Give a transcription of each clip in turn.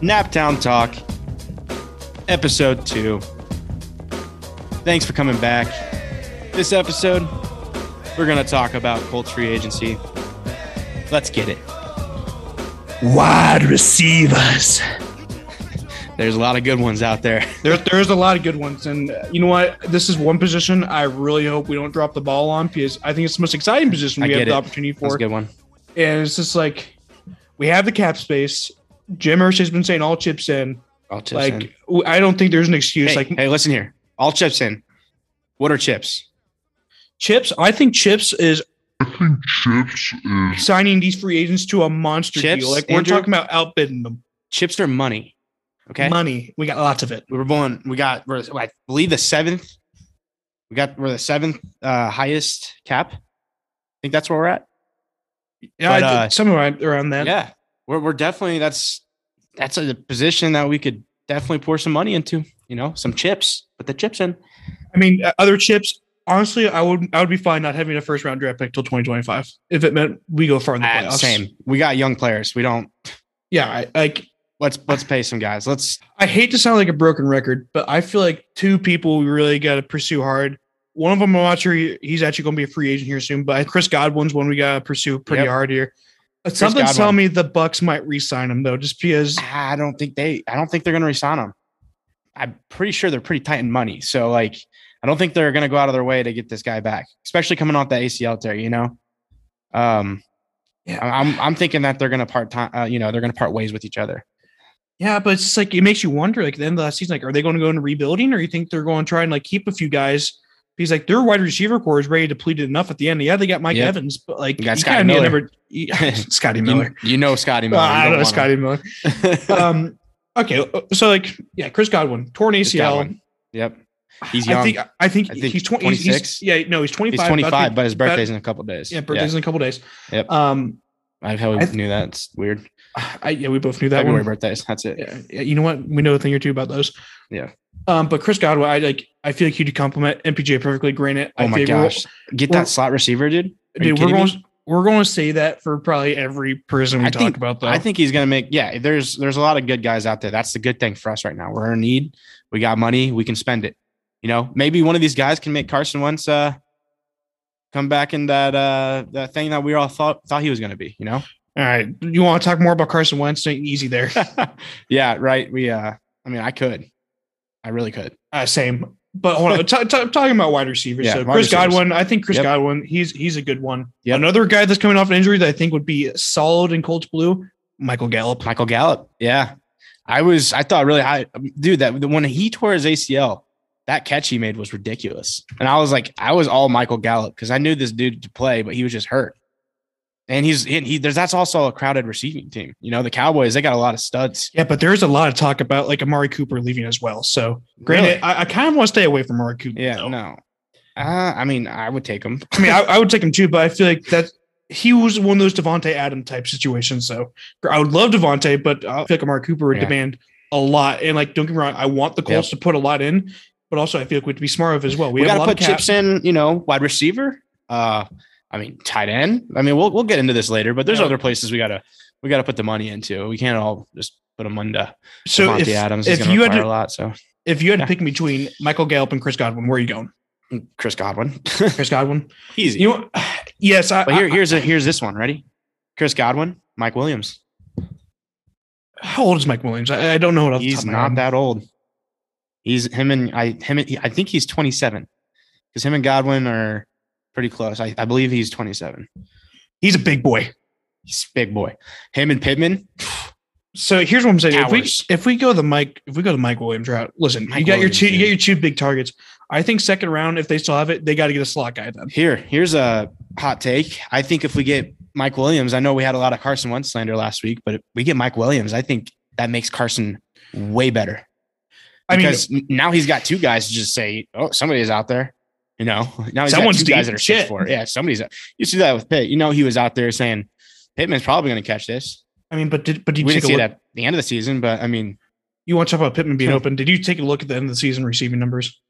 Naptown Talk, episode two. Thanks for coming back. This episode, we're going to talk about Colts free agency. Let's get it. Wide receivers. There's a lot of good ones out there. There, there's a lot of good ones, and uh, you know what? This is one position I really hope we don't drop the ball on because I think it's the most exciting position I we have get the it. opportunity That's for. a good one. And it's just like we have the cap space. Jim Irsay's been saying all chips in. All chips like in. w- I don't think there's an excuse. Hey, like hey, listen here. All chips in. What are chips? chips, I think chips is chips is signing these free agents to a monster Chips, deal. Like we're Andrew? talking about outbidding them. Chips are money. Okay. Money, we got lots of it. we were born we got we're, i believe the seventh we got we're the seventh uh highest cap i think that's where we're at Yeah, But, I uh, think somewhere around that. yeah we're, we're definitely that's that's a position that we could definitely pour some money into you know some chips put the chips in I mean, uh, other chips. Honestly, I would I would be fine not having a first round draft pick till 2025 if it meant we go far in the Ah, playoffs. same we got young players we don't Yeah, I, like let's let's pay some guys let's I hate to sound like a broken record, but I feel like two people we really got to pursue hard. One of them, I'm not sure he- he's actually going to be a free agent here soon, but Chris Godwin's one we got to pursue pretty Yep. hard here. Uh, Something's Godwin. telling me the Bucks might re-sign him though, just because i don't think they i don't think they're gonna resign him i'm pretty sure they're pretty tight in money so like i don't think they're gonna go out of their way to get this guy back especially coming off the acl tear you know um Yeah. I- I'm I'm thinking that they're gonna part time. Uh, you know, they're gonna part ways with each other. yeah, but it's just like it makes you wonder. Like at the end of last season, like are they going to go into rebuilding, or you think they're going to try and like keep a few guys? Because like their wide receiver core is ready depleted enough at the end. Yeah, they got Mike Yep. Evans, but like You got you Scotty kinda need Miller. another- you- Scotty You, Miller. you know, Scotty Miller. Uh, You I don't know want Scotty Miller. him. Um, okay, so like yeah, Chris Godwin torn Chris ACL. Godwin. yep, he's young. I think I think, I think he's 20, he's- 26? yeah, no, he's 25. he's about 25, to- but his about- birthday's in a couple days. yeah, birthday's in a couple days. Yep. Um, I how we I th- knew that. It's weird. I, yeah, we both knew that February one. birthdays. That's it. Yeah, yeah, you know what? We know a thing or two about those. Yeah. Um, but Chris Godwin, I like. I feel like he'd compliment MPJ perfectly. Granted, Oh I my think gosh, get we're- that slot receiver, dude. Are we're, you dude, we're kidding me? going. We're going to say that for probably every person we I talk think- about. Though I think he's gonna make yeah. There's there's a lot of good guys out there. That's the good thing for us right now. We're in need. We got money. We can spend it. You know, maybe one of these guys can make Carson Wentz uh, come back in that uh, that thing that we all thought thought he was gonna be. You know, All right, you want to talk more about Carson Wentz? Ain't easy there. yeah, right. We uh, I mean, I could, I really could. Uh, same. But hold on, t- t- talking about wide receivers. Yeah, so wide Chris receivers. Godwin, I think Chris Yep. Godwin, he's he's a good one. Yep. Another guy that's coming off an injury that I think would be solid in Colts blue, Michael Gallup. Michael Gallup. Yeah, I was. I thought really high, dude. That when he tore his ACL, that catch he made was ridiculous. And I was like, I was all Michael Gallup because I knew this dude to play, but he was just hurt. And he's and he there's that's also a crowded receiving team. You know, the Cowboys they got a lot of studs. Yeah, but there's a lot of talk about like Amari Cooper leaving as well. So granted, Really? I, I kind of want to stay away from Amari Cooper. yeah, though. no. Uh, I mean, I would take him. I mean, I, I would take him too, but I feel like that he was one of those Devonte Adam type situations. So I would love Devonte, but I feel like Amari Cooper would Yeah. demand a lot. And like, don't get me wrong, I want the Colts to put a lot in, but also I feel like we'd be smart of as well. We, We, got have a to lot of put cap. chips in. You know, wide receiver. Uh, I mean, tight end. I mean, we'll we'll get into this later, but there's Yeah. other places we gotta we gotta put the money into. We can't all just put them into. So Devontae if, Adams is if going you to had require a to, lot. So if you had Yeah. to pick between Michael Gallup and Chris Godwin, where are you going? Chris Godwin, Chris Godwin. easy. You know, yes, I, but here, here's a, here's this one. Ready? Chris Godwin, Mike Williams. I- how old is Mike Williams? I, I don't know what. off the top He's of my not head. that old. He's him and I him and, I think he's 27 because him and Godwin are pretty close. I, I believe he's 27. He's a big boy. He's a big boy. Him and Pittman. So here's what I'm saying. Towers. If we if we go the Mike if we go the Mike Williams route, listen, Mike you got Williams, your two you dude. get your two big targets. I think second round, if they still have it, they got to get a slot guy then. Here, here's a hot take. I think if we get Mike Williams, I know we had a lot of Carson Wentz slander last week, but if we get Mike Williams, I think that makes Carson way better. I mean, because n- now he's got two guys to just say, "Oh, somebody's out there." You know, now he's Someone's got two guys deep. that are Shit. six four. Yeah, somebody's. You see that with Pitt. You know, he was out there saying, "Pittman's probably going to catch this." I mean, but did but did we you didn't take a see look? it at the end of the season, but I mean, You want to talk about Pittman being Hmm. open? Did you take a look at the end of the season receiving numbers?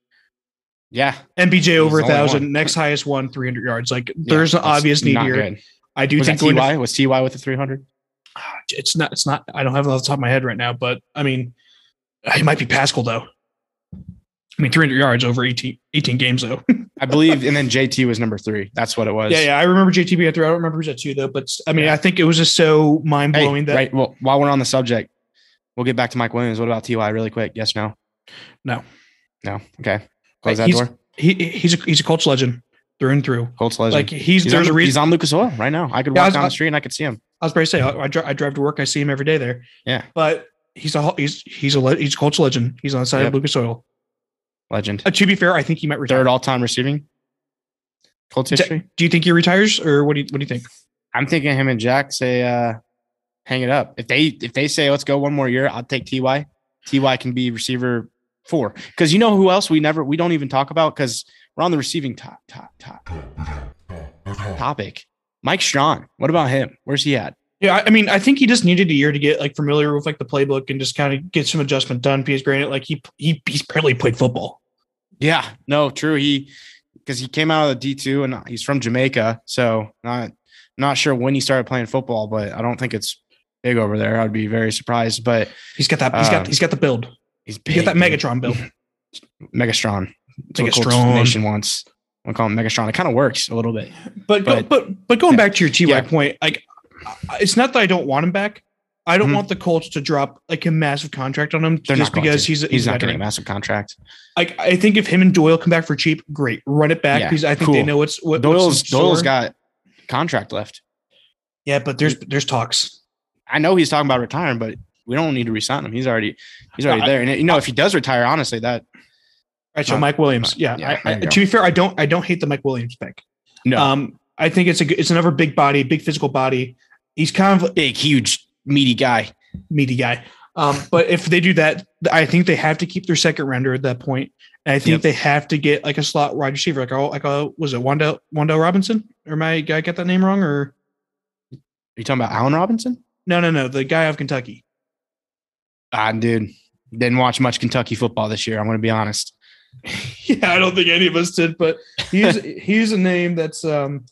yeah, MBJ over a the only thousand, one. next highest one, 300 yards. Like yeah, there's an that's obvious need not here. good. I do Was that think going to Ty? Was Ty with the three hundred? it's not. It's not. I don't have it off the top of my head right now, but I mean, it might be Pascal though. I mean, 300 yards over 18, 18 games though. I believe, and then JT was number three. That's what it was. yeah, yeah. I remember JTB at three. I don't remember who's at two though. But I mean, I think it was just so mind Hey, blowing that right. Well, while we're on the subject, we'll get back to Mike Williams. What about Ty? Really quick. Yes. No. No. No. Okay. Close that he's- door. he he's a he's a Colts legend through and through. Colts legend. Like he's, he's, there's on, a he's reason. on Lucas Oil right now. I could Yeah, I walk was- down I- the street and I could see him. I was about to say I, I, dri- I drive to work. I see him every day there. Yeah. but he's a ho- he's he's a le- he's a Colts legend. He's on the side Yep. of Lucas Oil. Legend. Uh, to be fair, I think he might retire. Third all time receiving. Colts Is that- history. Do you think he retires, or what do you what do you think? I'm thinking him and Jack say, uh, hang it up. If they if they say let's go one more year, I'll take Ty. Ty can be receiver four because you know who else we never we don't even talk about because we're on the receiving top top top topic. Mike Strawn. What about him? Where's he at? Yeah, I, I mean, I think he just needed a year to get like familiar with like the playbook and just kind of get some adjustment done. Because granted, like he he he's barely played football. Yeah, no, true. He because he came out of the D two and he's from Jamaica, so not not sure when he started playing football, but I don't think it's big over there. I'd be very surprised, but He's got that. He's got Um, he's got the build. he's He big. got that Megatron build. Megastron. That's what Colts Megatron. Nation wants. We call him Megastron. It kind of works a little bit. But But- but but, but going yeah. back to your Ty Yeah. point, like I- it's not that I don't want him back. I don't Mhm. want the Colts to drop like a massive contract on him They're just not going because to. he's a, he's, not veteran. getting a massive contract. Like I think if him and Doyle come back for cheap, great. Run it back Yeah, because I think they cool. know what's what Doyle's what's in Doyle's store. got contract left. yeah. But there's there's talks. I know he's talking about retiring, but we don't need to resign him. He's already he's No, already I- there. And you know, if he does retire, honestly, that All right, so Uh, Mike Williams. Yeah, yeah, I, I, there you to be fair, I don't I don't hate the Mike Williams pick. no Um, I think it's a good- it's another big body, big physical body. He's kind of a big, huge, meaty guy. meaty guy. Um, but if they do that, I think they have to keep their second rounder at that point. And I think Yep. they have to get like a slot wide receiver, like oh, like oh, was it Wanda Wanda Robinson? Or my guy get that name wrong? Or Are you talking about Allen Robinson? no, no, no, the guy out of Kentucky. Ah, dude, didn't watch much Kentucky football this year. I'm going to be honest. yeah, I don't think any of us did, but he's he's a name that's um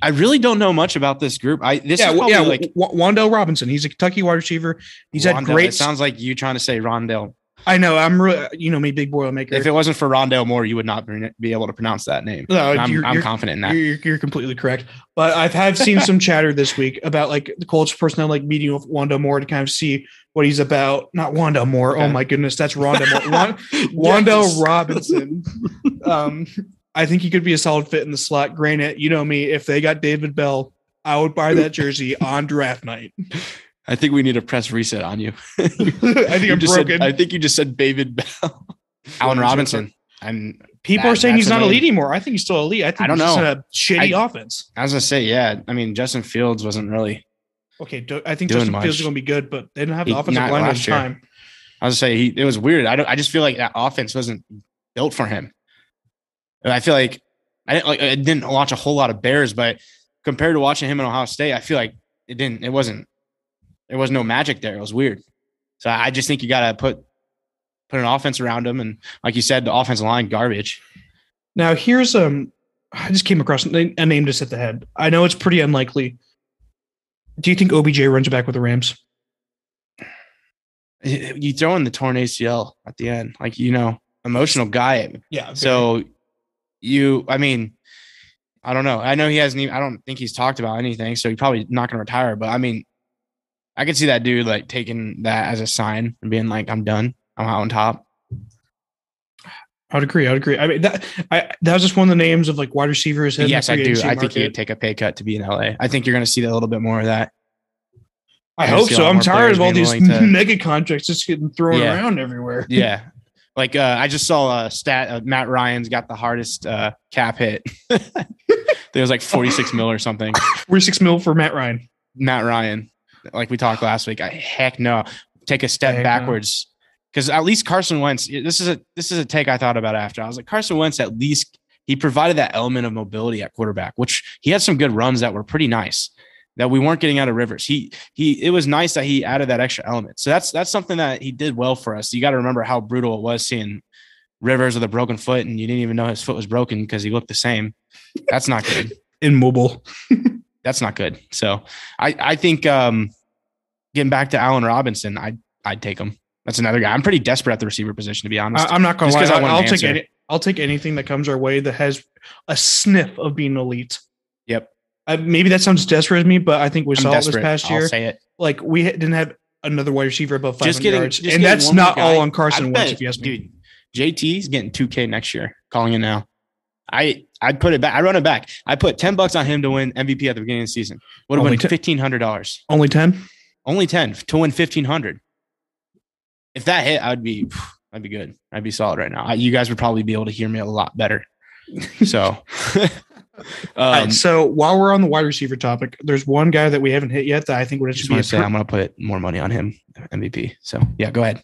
I really don't know much about this group. I this yeah is w- probably yeah like like Wanda Robinson. He's a Kentucky wide receiver. He's had Rondell. great. It sounds like you trying to say Rondell. I know. I'm really you know me, big Boilermaker. If it wasn't for Rondell Moore, you would not be able to pronounce that name. no, I'm, you're- I'm you're- confident in that. You're, you're, you're completely correct. But I've have seen some chatter this week about like the Colts personnel, like meeting with Wanda Moore to kind of see what he's about. Not Wanda Moore. Oh Okay. my goodness, that's Ronda Moore. Ron, Wanda Yes. Robinson. Um, I think he could be a solid fit in the slot. Granted, you know me. If they got David Bell, I would buy that jersey on draft night. I think we need a press reset on you. I think I think I'm broken. I think you just said David Bell. Allen Robinson. I'm, People that- are saying that's he's not amazing. elite anymore. I think he's still elite. I think I don't he's just know. in a shitty offense. I was going to say, yeah. I mean, Justin Fields wasn't really. Okay, do- I think Doing Justin much. Fields is going to be good, but they didn't have the He- offensive not line at the last year. time. I was gonna say he, it was weird. I don't. I just feel like that offense wasn't built for him. And I feel like I didn't like I didn't watch a whole lot of Bears, but compared to watching him in Ohio State, I feel like it didn't. It wasn't. There was no magic there. It was weird. So I just think you gotta put put an offense around him, and like you said, the offensive line garbage. Now here's um, I just came across a a name just at the head. I know it's pretty unlikely. Do you think OBJ runs back with the Rams? You throw in the torn ACL at the end, like you know, emotional guy. Yeah. So you, I mean, I don't know. I know he hasn't even, I don't think he's talked about anything. So he's probably not going to retire. But I mean, I could see that dude like taking that as a sign and being like, I'm done. I'm out on top. I would agree. I would agree. I mean that I that was just one of the names of like wide receivers. in the yes, I free do. agency I think he would market. take a pay cut to be in LA. I think you're going to see a little bit more of that. I I hope see a so. lot I'm more tired players of all being these willing to- mega contracts just getting thrown Yeah. around everywhere. Yeah. Like uh, I just saw a stat. Uh, Matt Ryan's got the hardest uh, cap hit. I think it was like 46 mil or something. We're six mil for Matt Ryan. Matt Ryan, like we talked last week. I, heck no, take a step Heck no. backwards because at least Carson Wentz. This is a this is a take I thought about after. I was like Carson Wentz. At least he provided that element of mobility at quarterback, which he had some good runs that were pretty nice that we weren't getting out of Rivers. He he. It was nice that he added that extra element. So that's that's something that he did well for us. You got to remember how brutal it was seeing. Rivers with a broken foot, and you didn't even know his foot was broken because he looked the same. That's not good Immobile. that's not good. So I, I think um getting back to Allen Robinson, I'd I'd take him. That's another guy. I'm pretty desperate at the receiver position to be honest. Uh, I, am not gonna Just 'cause lie. I want I'll an take answer. any, I'll take anything that comes our way that has a sniff of being elite. yep. Uh, maybe that sounds desperate to me, but I think we I'm saw it this desperate. past I'll year. say it. Like we ha- didn't have another wide receiver above 500 Just getting- yards, just and getting that's one more not guy. all on I Carson Wentz. bet- If you ask me, dude, JT's getting 2K next year. Calling it now. I I'd put it back. I run it back. I put 10 bucks on him to win MVP at the beginning of the season. Would have Only won t- fifteen hundred dollars. only Um, ten. Only 10 to win fifteen hundred. If that hit, I'd be I'd be good. I'd be solid right now. I, you guys would probably be able to hear me a lot better. So All right, um, so while we're on the wide receiver topic, there's one guy that we haven't hit yet that I think would just actually be. want A to say per- I'm going to put more money on him MVP. So yeah, go ahead.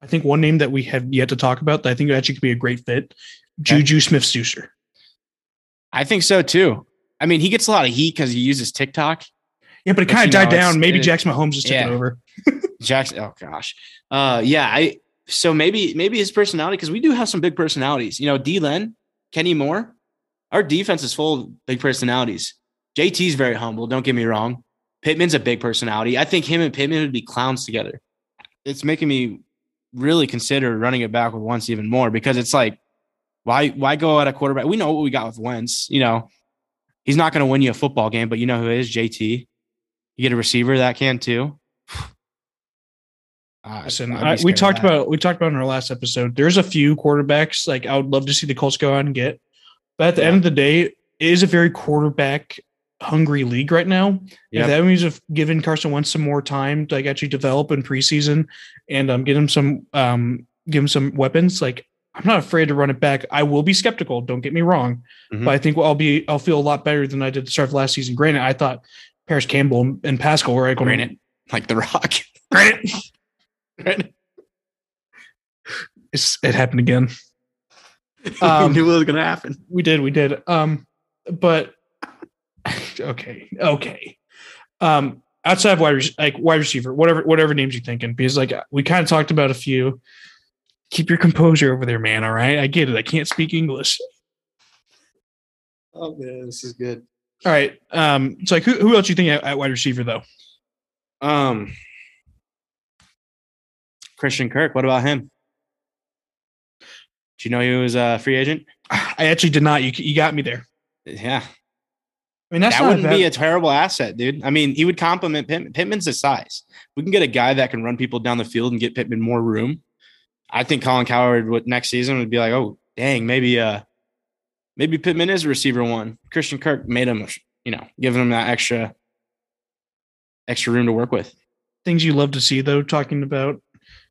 I think one name that we have yet to talk about that I think actually could be a great fit, Juju Smith-Schuster. I think so too. I mean, he gets a lot of heat because he uses TikTok. Yeah, but it But kind you of died know, it's- down. Maybe it- Jackson Mahomes is taking yeah. over. Jackson. Oh gosh. Uh, yeah. I so maybe maybe his personality because we do have some big personalities. You know, D. Len, Kenny Moore. Our defense is full of big personalities. JT's very humble. Don't get me wrong. Pittman's a big personality. I think him and Pittman would be clowns together. It's making me really consider running it back with Wentz even more because it's like, why why go at a quarterback? We know what we got with Wentz. You know, he's not going to win you a football game, but you know who is JT. You get a receiver that can too. Ah, I- Listen, I'd be I, we scared of talked that. about we talked about in our last episode. There's a few quarterbacks like I would love to see the Colts go out and get, but at the Yeah. end of the day, it is a very quarterback hungry league right now. If Yep. that means if giving Carson Wentz some more time to like actually develop in preseason and um get him some um give him some weapons, like I'm not afraid to run it back. I will be skeptical, don't get me wrong. Mhm. But I think I'll be I'll feel a lot better than I did at the start of last season. Granted, I thought Paris Campbell and Pascal were equal. Granted. like the Rock. Granted. Granted. It's, it happened again. Um, we knew it was going to happen. We did, we did. Um, but okay, okay. Um, outside of wide rec- like wide receiver, whatever whatever names you're thinking, because like we kind of talked about a few. Keep your composure over there, man. All right, I get it. I can't speak English. Oh man, this is good. All right. Um, it's like who who else you think at, at wide receiver though? Um, Christian Kirk. What about him? Do you know he was a free agent? I actually did not. You you got me there. Yeah, I mean, that's that not wouldn't bad- be a terrible asset, dude. I mean, he would complement Pittman. Pittman's the size. We can get a guy that can run people down the field and get Pittman more room. I think Colin Coward would next season would be like, oh dang, maybe uh maybe Pittman is a receiver one. Christian Kirk made him, you know, giving him that extra extra room to work with. things you love to see though talking about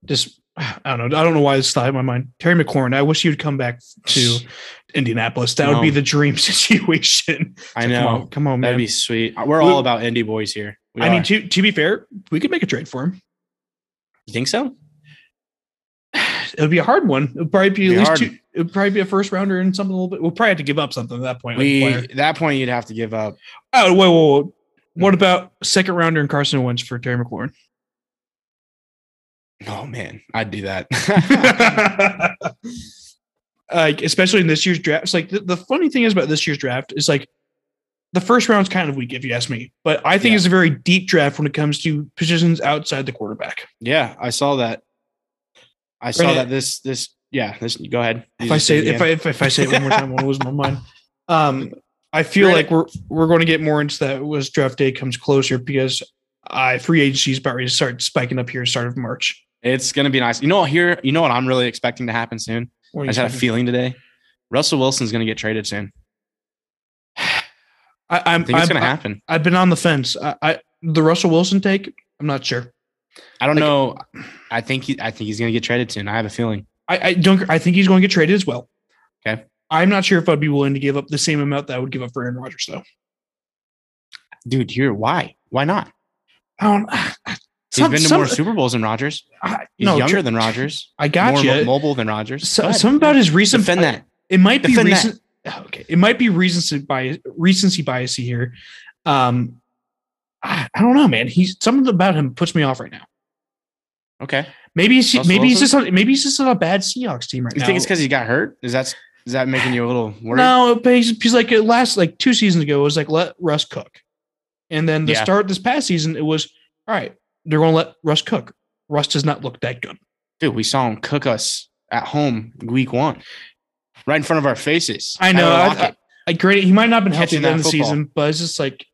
just i don't know i don't know why this thought in my mind terry mclaurin i wish you'd come back to indianapolis that would be No. the dream situation I Come on, know. come on man That'd be sweet. We're We- all about indie boys here. We i are. mean to, to be fair we could make a trade for him you think so? it would be a hard one it would probably be at Be least hard. two it would probably be a first rounder and something a little bit we'll probably have to give up something at that point like We player. at that point you'd have to give up. oh whoa, whoa, whoa. what about second rounder and carson wentz for terry mclaurin Oh man, I'd do that. like especially in this year's draft. It's like the, the funny thing is about this year's draft is like the first round's kind of weak if you ask me, but I think Yeah. it's a very deep draft when it comes to positions outside the quarterback. Yeah, I saw that. I saw Brennan- that this this yeah, this go ahead. You if I just say did it if I, again. if if I say it one more time, I'll lose my mind. Um, I feel Granted- like we're we're going to get more into that as draft day comes closer because I free agency is about ready to start spiking up here start of March. it's gonna be nice. You know what here, you know what I'm really expecting to happen soon? What do I you just had a think? feeling today. Russell Wilson's gonna get traded soon. I, I'm, I think it's I'm- gonna happen. I've been on the fence. I, I the Russell Wilson take. I'm not sure. I don't like- know. I think he, I think he's gonna get traded soon. I have a feeling. I, I don't. I think he's going to get traded as well. Okay. I'm not sure if I'd be willing to give up the same amount that I would give up for Aaron Rodgers, though. Dude, here, why? Why not? I don't. He's Some- been to some- more Super Bowls than Rodgers. I, He's no, younger tr- than Rodgers. I got more mo- you. mobile than Rodgers. So, Go ahead. something about his recent. defend that. It might be Defend that. recent. oh, Okay, it might be recency bias. Recency bias here. Um, I, I don't know, man. He's something about him puts me off right now. Okay. Maybe he's Russell maybe he's Wilson? just on, maybe he's just on a bad Seahawks team right You now. think it's because he got hurt? Is that is that making you a little worried? No, but he's, he's like it last like two seasons ago it was like let Russ cook, and then the Yeah. start this past season it was all right. they're going to let Russ cook. Russ does not look that good. Dude, we saw him cook us at home week one, right in front of our faces. I know. Tyler I- Lockett. Like, great, he might not have been healthy Catching at the end of the that football. season, but it's just like,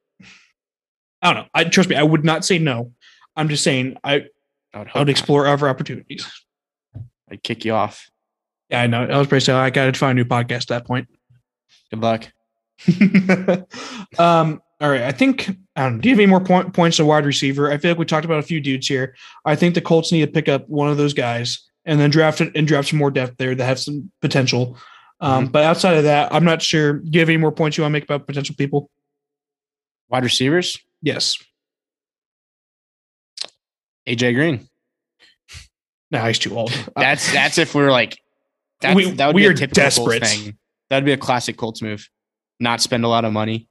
I don't know. I trust me, I would not say no. I'm just saying I, I would, I would explore other opportunities. i kick you off. Yeah, I know. I was pretty sad. I got to find a new podcast at that point. Good luck. um, all right. I think. I don't know, do you have any more point, points to wide receiver? I feel like we talked about a few dudes here. I think the Colts need to pick up one of those guys and then draft it and draft some more depth there that have some potential. Mm-hmm. Um, But outside of that, I'm not sure. Do you have any more points you want to make about potential people? Wide receivers, Yes. AJ Green. No, he's too old. Uh, That's that's if we're like that's, We- that would we be are a typical desperate. Colts thing. That'd be a classic Colts move. Not spend a lot of money.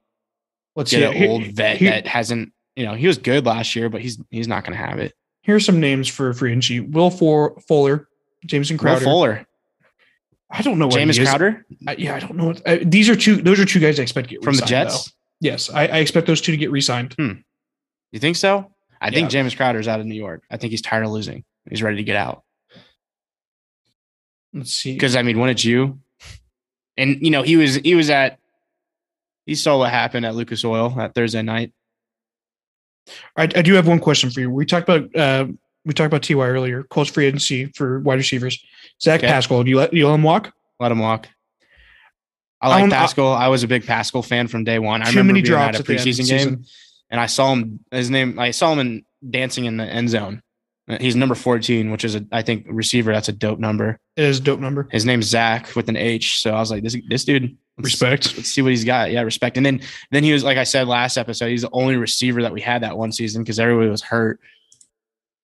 Let's Get see. an old vet here- that hasn't you know, he was good last year, but he's he's not gonna have it. here's some names for free agency: Will For- Fuller, Jameson Will Crowder. Fuller. I don't know what James he is. Crowder I- yeah, I don't know. What, I, these are two. Those are two guys I expect to get from the re-signed, Jets. though. Yes, I, I expect those two to get re-signed. You think so? I think Yeah. James Crowder's out of New York. I think he's tired of losing. He's ready to get out. Let's see. Because I mean, when it's you, and you know, he was he was at he saw what happened at Lucas Oil that Thursday night. I, I do have one question for you. We talked about uh, we talked about Ty earlier. Close free agency for wide receivers. Zach Okay. Pascal. Do you let do you let him walk? Let him walk. I I like don't- I- Pascal. I was a big Pascal fan from day one. I Um, uh, too remember many being at drops a at the end of the preseason game, season. and I saw him. His name. I saw him in dancing in the end zone. Uh, He's number fourteen, which is a I think receiver. That's a dope number. It is a dope number. His name's Zach with an H. So I was like, this this dude. let's- Respect. let's see what he's got. Yeah, respect. And then then he was like I said last episode, he's the only receiver that we had that one season because everybody was hurt.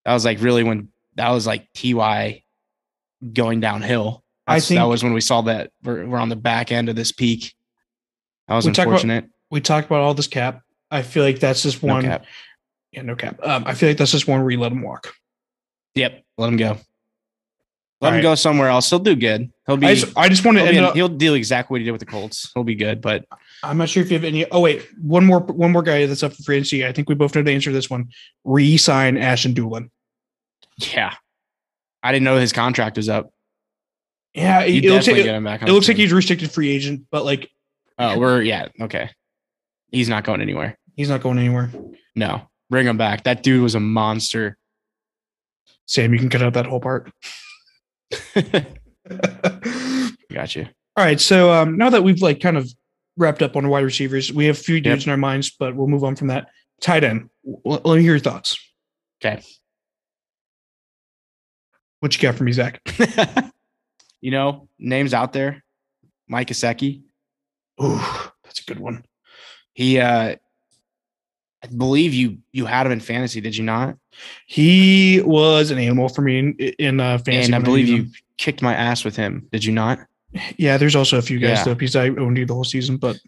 That was like really when that was like Ty going downhill. I That's- that think- was when we saw that we're, we're on the back end of this peak. That was We talk about unfortunate. We talked about all this cap. I feel like that's just No one. cap. Yeah, no cap. Um, I feel like that's just one where you let him walk. Yep, let him go. Let him Alright. go somewhere else. He'll do good. He'll be. Oh, I just, I just want to he'll, be end in- up. he'll deal exactly what he did with the Colts. He'll be good, but I'm not sure if you have any. Oh wait, one more one more guy that's up for free agency. I think we both know the answer to this one. Re-sign Ashton Doolin. yeah, I didn't know his contract was up. Yeah, You it, it looks like definitely it, get him back. on it the looks team. like he's restricted free agent, but like Oh, we're yeah, okay. He's not going anywhere. he's not going anywhere. No, bring him back. That dude was a monster. Sam, you can cut out that whole part. All Got you. right, so um, now that we've like kind of wrapped up on wide receivers, we have a few dudes in our minds, but we'll move on from that. Tight end. L- let me hear your thoughts. Okay. What you got for me, Zach? you know, names out there. Mike Gesicki. Ooh, that's a good one. He, uh, I believe you you had him in fantasy, did you not? He was an animal for me in, in uh, fantasy. and I when believe used you kicked my ass with him, did you not? him. Yeah, there's also a few guys Yeah. though because I owned you the whole season, but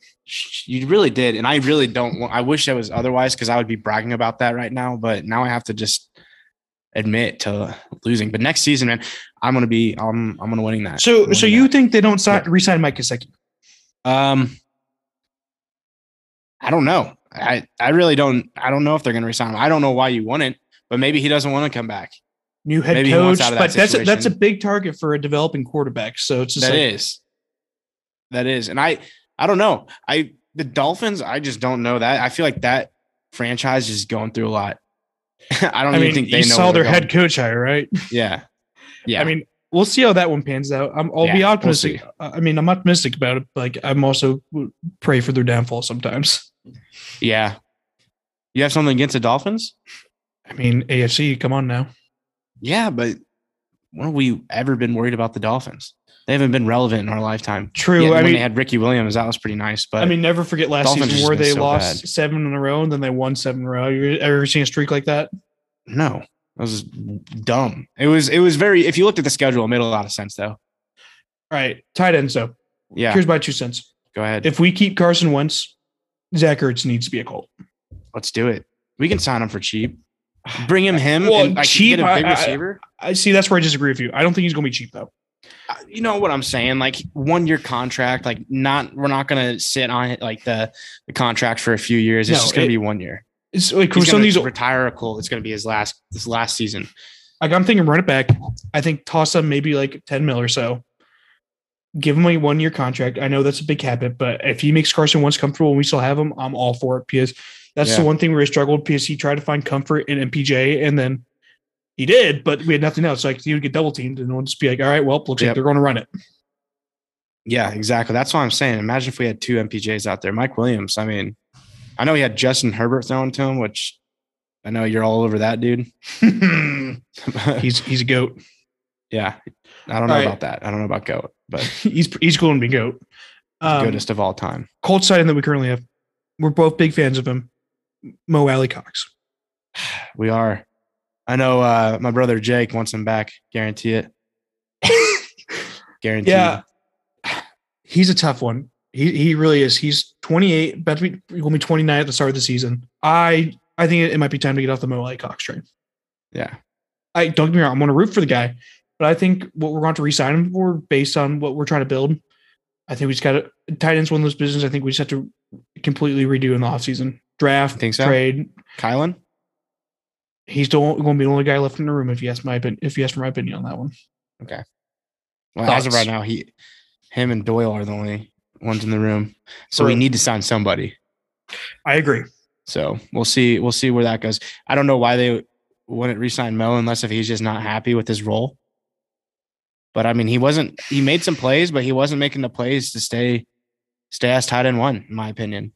You really did, and I really don't. Want, I wish that was otherwise because I would be bragging about that right now. But now I have to just admit to losing. But next season, man, I'm gonna be. I'm. I'm gonna winning that. I'm so winning so you that. think they don't sign, resign Mike Gesicki? Um, I don't know. I I really don't. I don't know if they're going to resign him. I don't know why you wouldn't, but maybe he doesn't want to come back. New head Maybe he coach, wants out of that but that's a, that's a situation. big target for a developing quarterback. So it's That is. just like, That is, and I I don't know. I the Dolphins. I just don't know that. I feel like that franchise is going through a lot. I don't I even mean, think they you know saw where their they're head coach hire, right? going. Yeah, yeah. I mean, we'll see how that one pans out. I'm, I'll Yeah, be we'll optimistic. I I mean, I'm optimistic about it. But like, I'm also w- pray for their downfall sometimes. yeah. You have something against the Dolphins? I mean, AFC, come on now. Yeah, but when have we ever been worried about the Dolphins? They haven't been relevant in our lifetime. True. Yeah, I when mean, they had Ricky Williams, that was pretty nice. But I mean, never forget last Dolphins season just where been they so lost bad. seven in a row and then they won seven in a row. You ever seen a streak like that? No, that was dumb. It was it was very. If you looked at the schedule, it made a lot of sense though. All right, tight end. So Yeah, here's my two cents. go ahead. If we keep Carson Wentz, Zach Ertz needs to be a Colt. Let's do it. We can sign him for cheap. Bring him him Well, and like, cheap, get a big I- I- receiver. I see. That's where I disagree with you. I don't think he's going to be cheap though. I- you know what I'm saying? Like one year contract. Like not we're not gonna sit on it like the the contract for a few years. It's No, just gonna it- be one year. It's like He's some of gonna these. retire a Cole. It's going to be his last this last season. Like I'm thinking, run it back. I think toss up maybe like ten mil or so. Give him a one year contract. I know that's a big habit, but if he makes Carson once comfortable and we still have him, I'm all for it. Because that's the Yeah. one thing where he struggled. Because he tried to find comfort in MPJ, and then he did, but we had nothing else. Like he would get double teamed, and we'll just be like, all right, well, looks like Yep. they're going to run it. Yeah, exactly. That's what I'm saying. Imagine if we had two MPJs out there. Mike Williams. I mean, I know he had Justin Herbert thrown to him, which I know you're all over that dude. he's he's a goat. yeah, I don't know All right. about that. I don't know about goat, but He's he's cool and be goat. Um, goatest of all time. Colts side that we currently have. We're both big fans of him. Mo Alley Cox. We are. I know uh, my brother Jake wants him back. Guarantee it. Guarantee. Yeah. He's a tough one. He he really is. He's 28, about to be he'll be 29 at the start of the season. I I think it, it might be time to get off the Mo Alley Cox train. Yeah. I don't get me wrong, I'm gonna root for the guy, but I think what we're going to resign him for based on what we're trying to build. I think we just gotta tight ends one of those businesses. I think we just have to completely redo in the offseason. Draft, Think so? trade. Kylan. He's still gonna be the only guy left in the room if you ask my opinion if you ask for my opinion on that one. Well, as of Thoughts? right now, he, him, and Doyle are the only ones in the room. So we True. need to sign somebody. I agree. So we'll see. We'll see where that goes. I don't know why they wouldn't re-sign Mo unless if he's just not happy with his role. But I mean, he wasn't. He made some plays, but he wasn't making the plays to stay, stay as tight end one, in my opinion.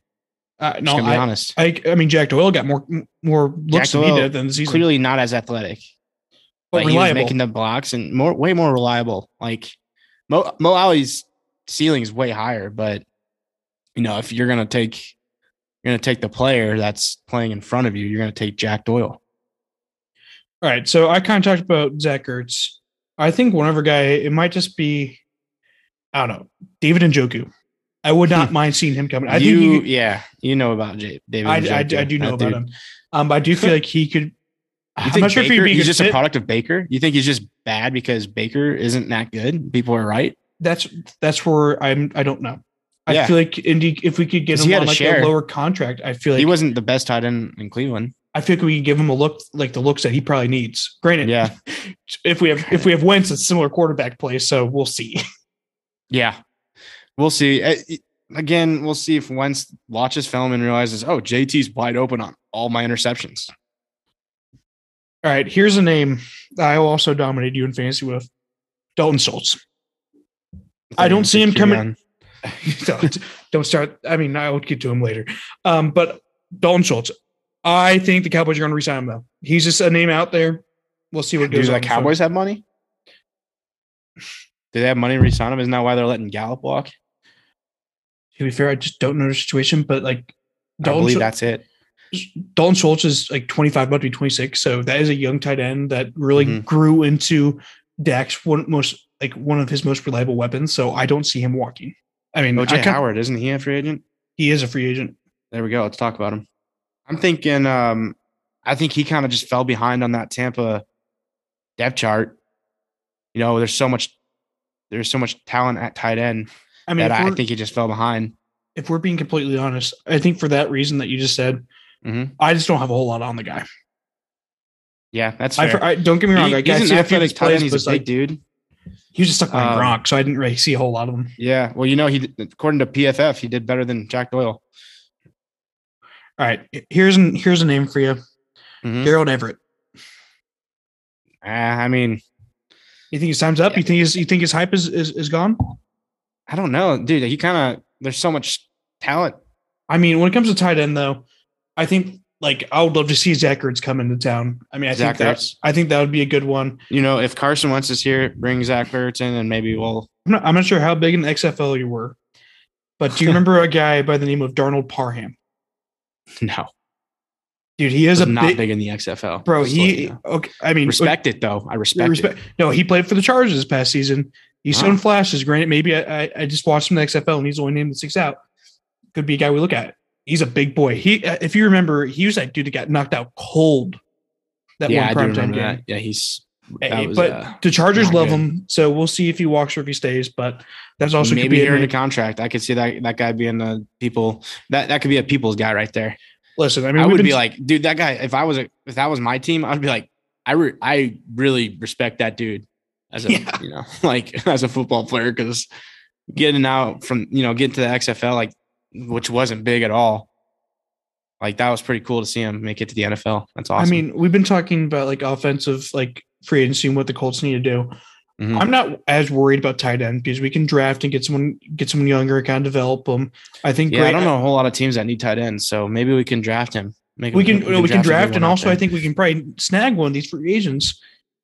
Uh, Just no, gonna be I, honest. I, I mean, Jack Doyle got more more looks than Doyle he did than the season. Clearly not as athletic. but Like, reliable. He was making the blocks and more, way more reliable. Like Mo, Mo Ali's ceiling is way higher, but you know if you're gonna take, you're gonna take the player that's playing in front of you. You're gonna take Jack Doyle. All right, so I kind of talked about Zach Ertz. I think one other guy, it might just be, I don't know, David Njoku. I would not mind seeing him coming. I Hmm. you, think he could- yeah, you know about J- David. I, I, I Njoku, do that know about dude. him, um, but I do feel like he could. You I'm think not sure if Baker- he'd be a he's good just a fit. product of Baker? You think he's just bad because Baker isn't that good? People are right. That's that's where I'm. I don't know. I Yeah. feel like Indy, if we could get 'Cause he had him on a like share. a lower contract, I feel like he wasn't the best tight end in Cleveland. I feel like we could give him a look like the looks that he probably needs. Granted, Yeah. if we have if we have Wentz, it's similar quarterback play, so we'll see. Yeah, we'll see. Uh, it- Again, we'll see if Wentz watches film and realizes, oh, JT's wide open on all my interceptions. All right, here's a name that I also dominated you in fantasy with. Dalton Schultz. I don't see him coming- Keon. don't, don't start. I mean, I will get to him later. Um, but Dalton Schultz, I think the Cowboys are going to resign him though. He's just a name out there. We'll see what Do goes the on. Cowboys have money? Do they have money to resign him? Isn't that why they're letting Gallup walk? To be fair, I just don't know the situation, but like I Dalton, believe Schul- that's it. Dalton Schultz is like 25, about to be 26. So that is a young tight end that really Mhm. grew into Dak's one most like one of his most reliable weapons. So I don't see him walking. I mean, I OJ kind- Howard, isn't he a free agent? he is a free agent. There we go. Let's talk about him. I'm thinking. Um, I think he kind of just fell behind on that Tampa depth chart. You know, there's so much, there's so much talent at tight end I mean, if that I, I we're, think he just fell behind. if we're being completely honest, I think for that reason that you just said, Mhm. I just don't have a whole lot on the guy. Yeah, that's I, fair. I don't get me wrong. He- I he's guess an a few of his athletic tight end. plays, but it's He's a big like, dude. he was just stuck behind Um, Gronk, so I didn't really see a whole lot of him. Yeah. Well, you know, he according to PFF, he did better than Jack Doyle. All right, here's an here's a name for you, Mhm. Gerald Everett. Ah, I mean, You think his time's up? Yeah. You think his you think his hype is is, is gone? I don't know, dude. He kind of there's so much talent. I mean, when it comes to tight end, though, I think like I would love to see Zach Ertz come into town. I mean, I Zach think that Ertz. I think that would be a good one. You know, if Carson Wentz is here, bring Zach Ertz in, and maybe we'll. I'm not, I'm not sure how big an XFL you were, but do you remember a guy by the name of Darnold Parham? No, Dude, he is he's a not big, big, in the XFL, bro. Just let He you know. okay. I mean, respect it though. I okay, respect, respect. No, he played for the Chargers this past season. He's Wow. shown flashes. Granted, maybe I, I, I just watched him in the XFL and he's only named the six out. Could be a guy we look at. He's a big boy. He, uh, if you remember, he was that dude that got knocked out cold. it. That Yeah, I do one primetime game. remember that. Yeah, he's. Hey, That was, but uh, the Chargers not love good. him, so we'll see if he walks or if he stays. But that's also could maybe be a here in the name. contract. I could see that that guy being a people that that could be a people's guy right there. Listen, I I, mean, we've would been- be like, dude, that guy. If I was a, if that was my team, I'd be like, I re- I really respect that dude as a Yeah. you know like as a football player because getting out from you know getting to the XFL like which wasn't big at all, like that was pretty cool to see him make it to the NFL. That's awesome. I mean, we've been talking about like offensive, like free agency and what the Colts need to do. Mhm. I'm not as worried about tight end because we can draft and get someone, get someone younger, and kind of develop them. I think. yeah, great, I don't know a whole lot of teams that need tight ends, so maybe we can draft him. Make We him- can, we can a good draft, one and out also there. I think we can probably snag one of these free agents.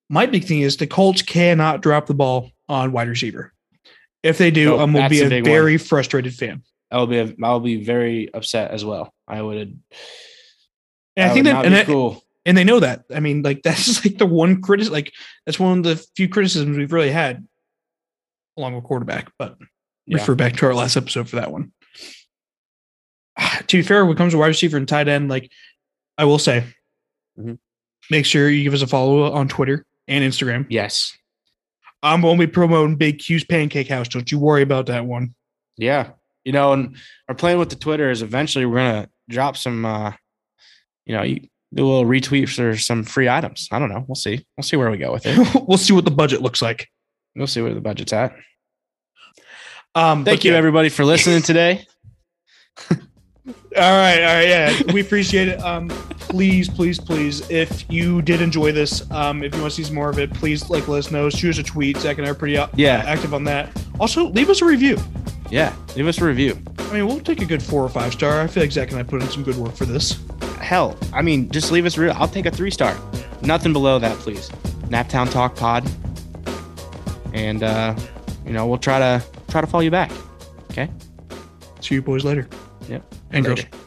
My big thing is the Colts cannot drop the ball on wide receiver. If they do, Nope, I'm will Oh, that's be a a, big one. very frustrated fan. I'll be a, I'll be very upset as well. I would. And I, would think that, not and, be that- cool. and they know that. I mean, like that's like the one critic, like that's one of the few criticisms we've really had along with quarterback. But Yeah. refer back to our last episode for that one. to be fair, when it comes to wide receiver and tight end, like I will say, Mhm. make sure you give us a follow on Twitter and Instagram. Yes. I'm only promoting Big Q's Pancake House. Don't you worry about that one. Yeah. You know, and our plan with the Twitter is eventually we're gonna drop some, uh you know, you do a little retweets or some free items. I don't know. We'll see. We'll see where we go with it. we'll see what the budget looks like. We'll see where the budget's at. Um, Thank but you, yeah. everybody, for listening today. All right, all right, yeah, we appreciate it. Um, please, please, please, if you did enjoy this, um, if you want to see some more of it, please like let us know. Shoot us a tweet. Zach and I are pretty out- Yeah. active on that. Also, leave us a review. Yeah. Leave us a review. I mean, we'll take a good four or five star. I feel like Zach and I put in some good work for this. Hell, I mean, just leave us real. I'll take a three star. Nothing below that, please. Naptown Talk Pod. And uh, you know, we'll try to try to follow you back. See you boys later. Yep. And Later. girls.